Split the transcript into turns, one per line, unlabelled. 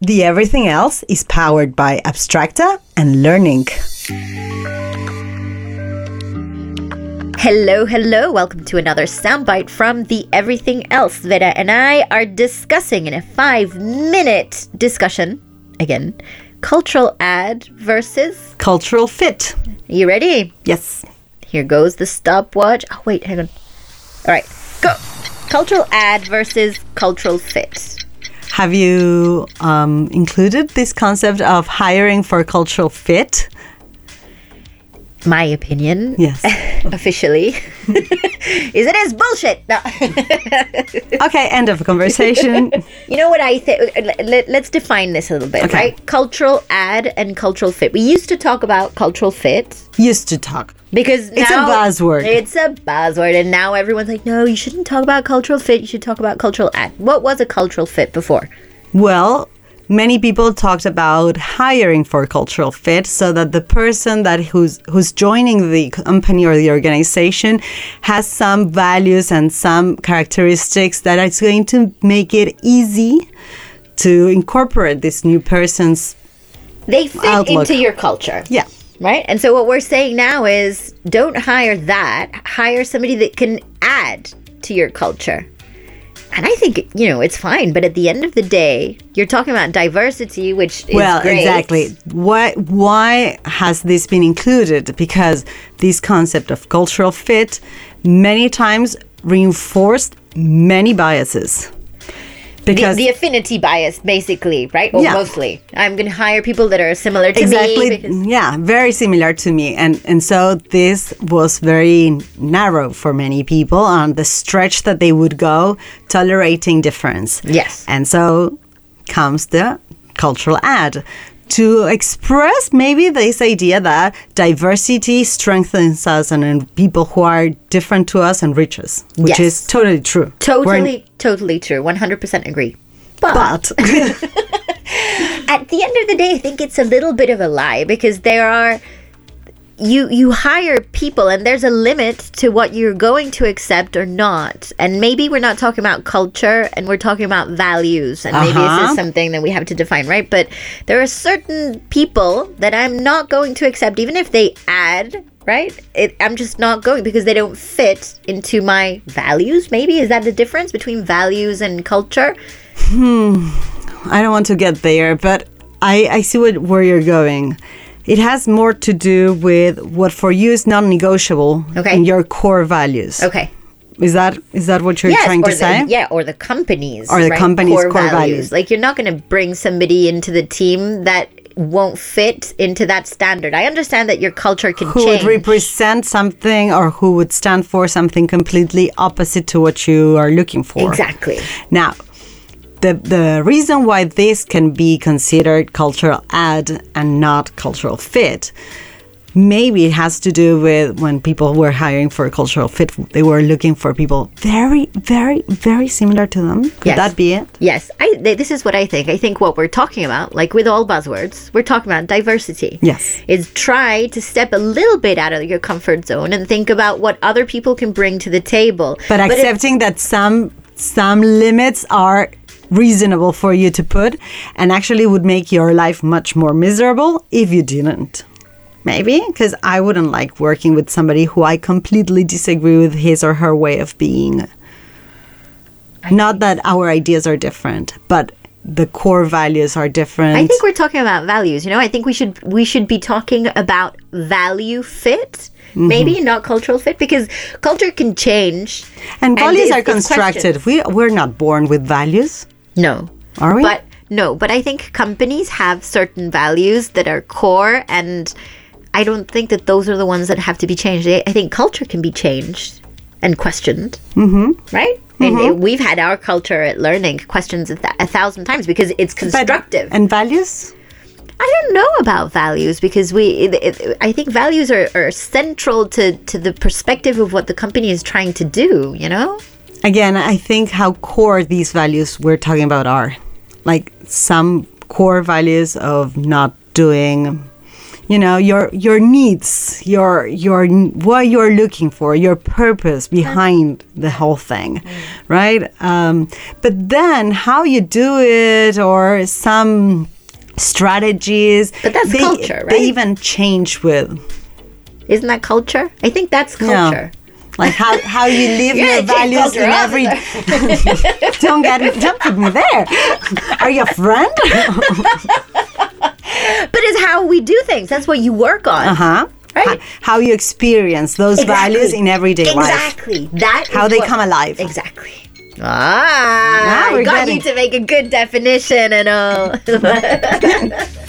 The Everything Else is powered by Abstracta and Learning.
Hello, hello. Welcome to another soundbite from the Everything Else. Vera and I are discussing in a five minute discussion, again, cultural ad versus.
Cultural fit.
You ready?
Yes.
Here goes the stopwatch. Oh, wait, hang on. All right, go. Cultural ad versus cultural fit.
Have you um, included this concept of hiring for cultural fit?
My opinion,
Yes.
officially, is it is bullshit. No.
Okay, end of conversation.
You know what I think? Let, us define this a little bit,
Okay.
right? Cultural ad and cultural fit. We used to talk about cultural fit
Used to talk.
because
It's a
now
buzzword.
It's a buzzword, and now everyone's like, "No, you shouldn't talk about cultural fit. You should talk about cultural ad." What was a cultural fit before?
Well, many people talked about hiring for cultural fit so that the person that who's who's joining the company or the organization has some values and some characteristics that it's going to make it easy to incorporate this new person's
They fit
Outlook.
into your culture,
yeah
right? And so what we're saying now is, don't hire that. Hire somebody that can add to your culture. And I think you know it's fine, but at the end of the day, you're talking about diversity, which is
well
great.
exactly why why has this been included because this concept of cultural fit many times reinforced many biases
the, the affinity bias, basically, right? Or
Yeah.
mostly. I'm going to hire people that are similar to
exactly
me. Because,
yeah very similar to me and and so this was very narrow for many people on the stretch that they would go tolerating difference
Yes.
and so comes the cultural ad to express maybe this idea that diversity strengthens us and, and people who are different to us enrich us which
Yes.
is totally true We're-
totally, totally true. 100% agree. But,
but
at the end of the day, I think it's a little bit of a lie because there are. You, you hire people and there's a limit to what you're going to accept or not and maybe we're not talking about culture and we're talking about values and maybe this
Uh-huh.
is something that we have to define right but there are certain people that i'm not going to accept even if they add right it, i'm just not going because they don't fit into my values maybe is that the difference between values and culture
I don't want to get there, but I, I see what, where you're going. It has more to do with what for you is non-negotiable
Okay.
and your core values.
okay
Is that is that what you're
Yes,
trying to
or the,
say?
Yeah, or the companies.
Or the company's core values.
Like you're not going to bring somebody into the team that won't fit into that standard. I understand that your culture can
Who
change.
would represent something or who would stand for something completely opposite to what you are looking for?
exactly.
Now, the the reason why this can be considered cultural ad and not cultural fit, maybe it has to do with when people were hiring for cultural fit, they were looking for people very, very, very similar to them. Could
Yes.
that be it?
Yes, I th- this is what I think. I think what we're talking about, like with all buzzwords, we're talking about diversity.
Yes.
Is try to step a little bit out of your comfort zone and think about what other people can bring to the table.
But
if-
accepting that some some limits are reasonable for you to put and actually would make your life much more miserable if you didn't. Maybe because I wouldn't like working with somebody who I completely disagree with his or her way of being. Not that our ideas are different, but the core values are different.
I think we're talking about values. You know, I think we should we should be talking about value fit, maybe not cultural fit, because culture can change.
and values
it's-
are
it's question-
constructed. We we're not born with values,
No,
are we?
but no, but I think companies have certain values that are core, and I don't think that those are the ones that have to be changed. I I think culture can be changed and questioned, mm-hmm. right? And it- we've had our culture at learning questions a, th- a thousand times because it's constructive.
and values.
I don't know about values because we. It, it, I think values are, are central to to the perspective of what the company is trying to do. You know.
again, I think how core these values we're talking about are. Like some core values of not doing, you know your your needs your your what you're looking for your purpose behind the whole thing
Mm.
right um, but then how you do it or some strategies
But that's
they,
culture,
they
right?
even change with
Isn't that culture? I think that's
yeah.
culture.
like how, how you live
You're
your
the chief
values in
culture
every don't get me don't put me there are you a friend
But it's how we do things. That's what you work on.
huh
Right.
Ho- how you experience those
Exactly.
Uh-huh. values in everyday life
Exactly. That is
How they
what-
come alive.
Exactly. Ah,
Now
I
we're
got
getting-
you to make a good definition and all.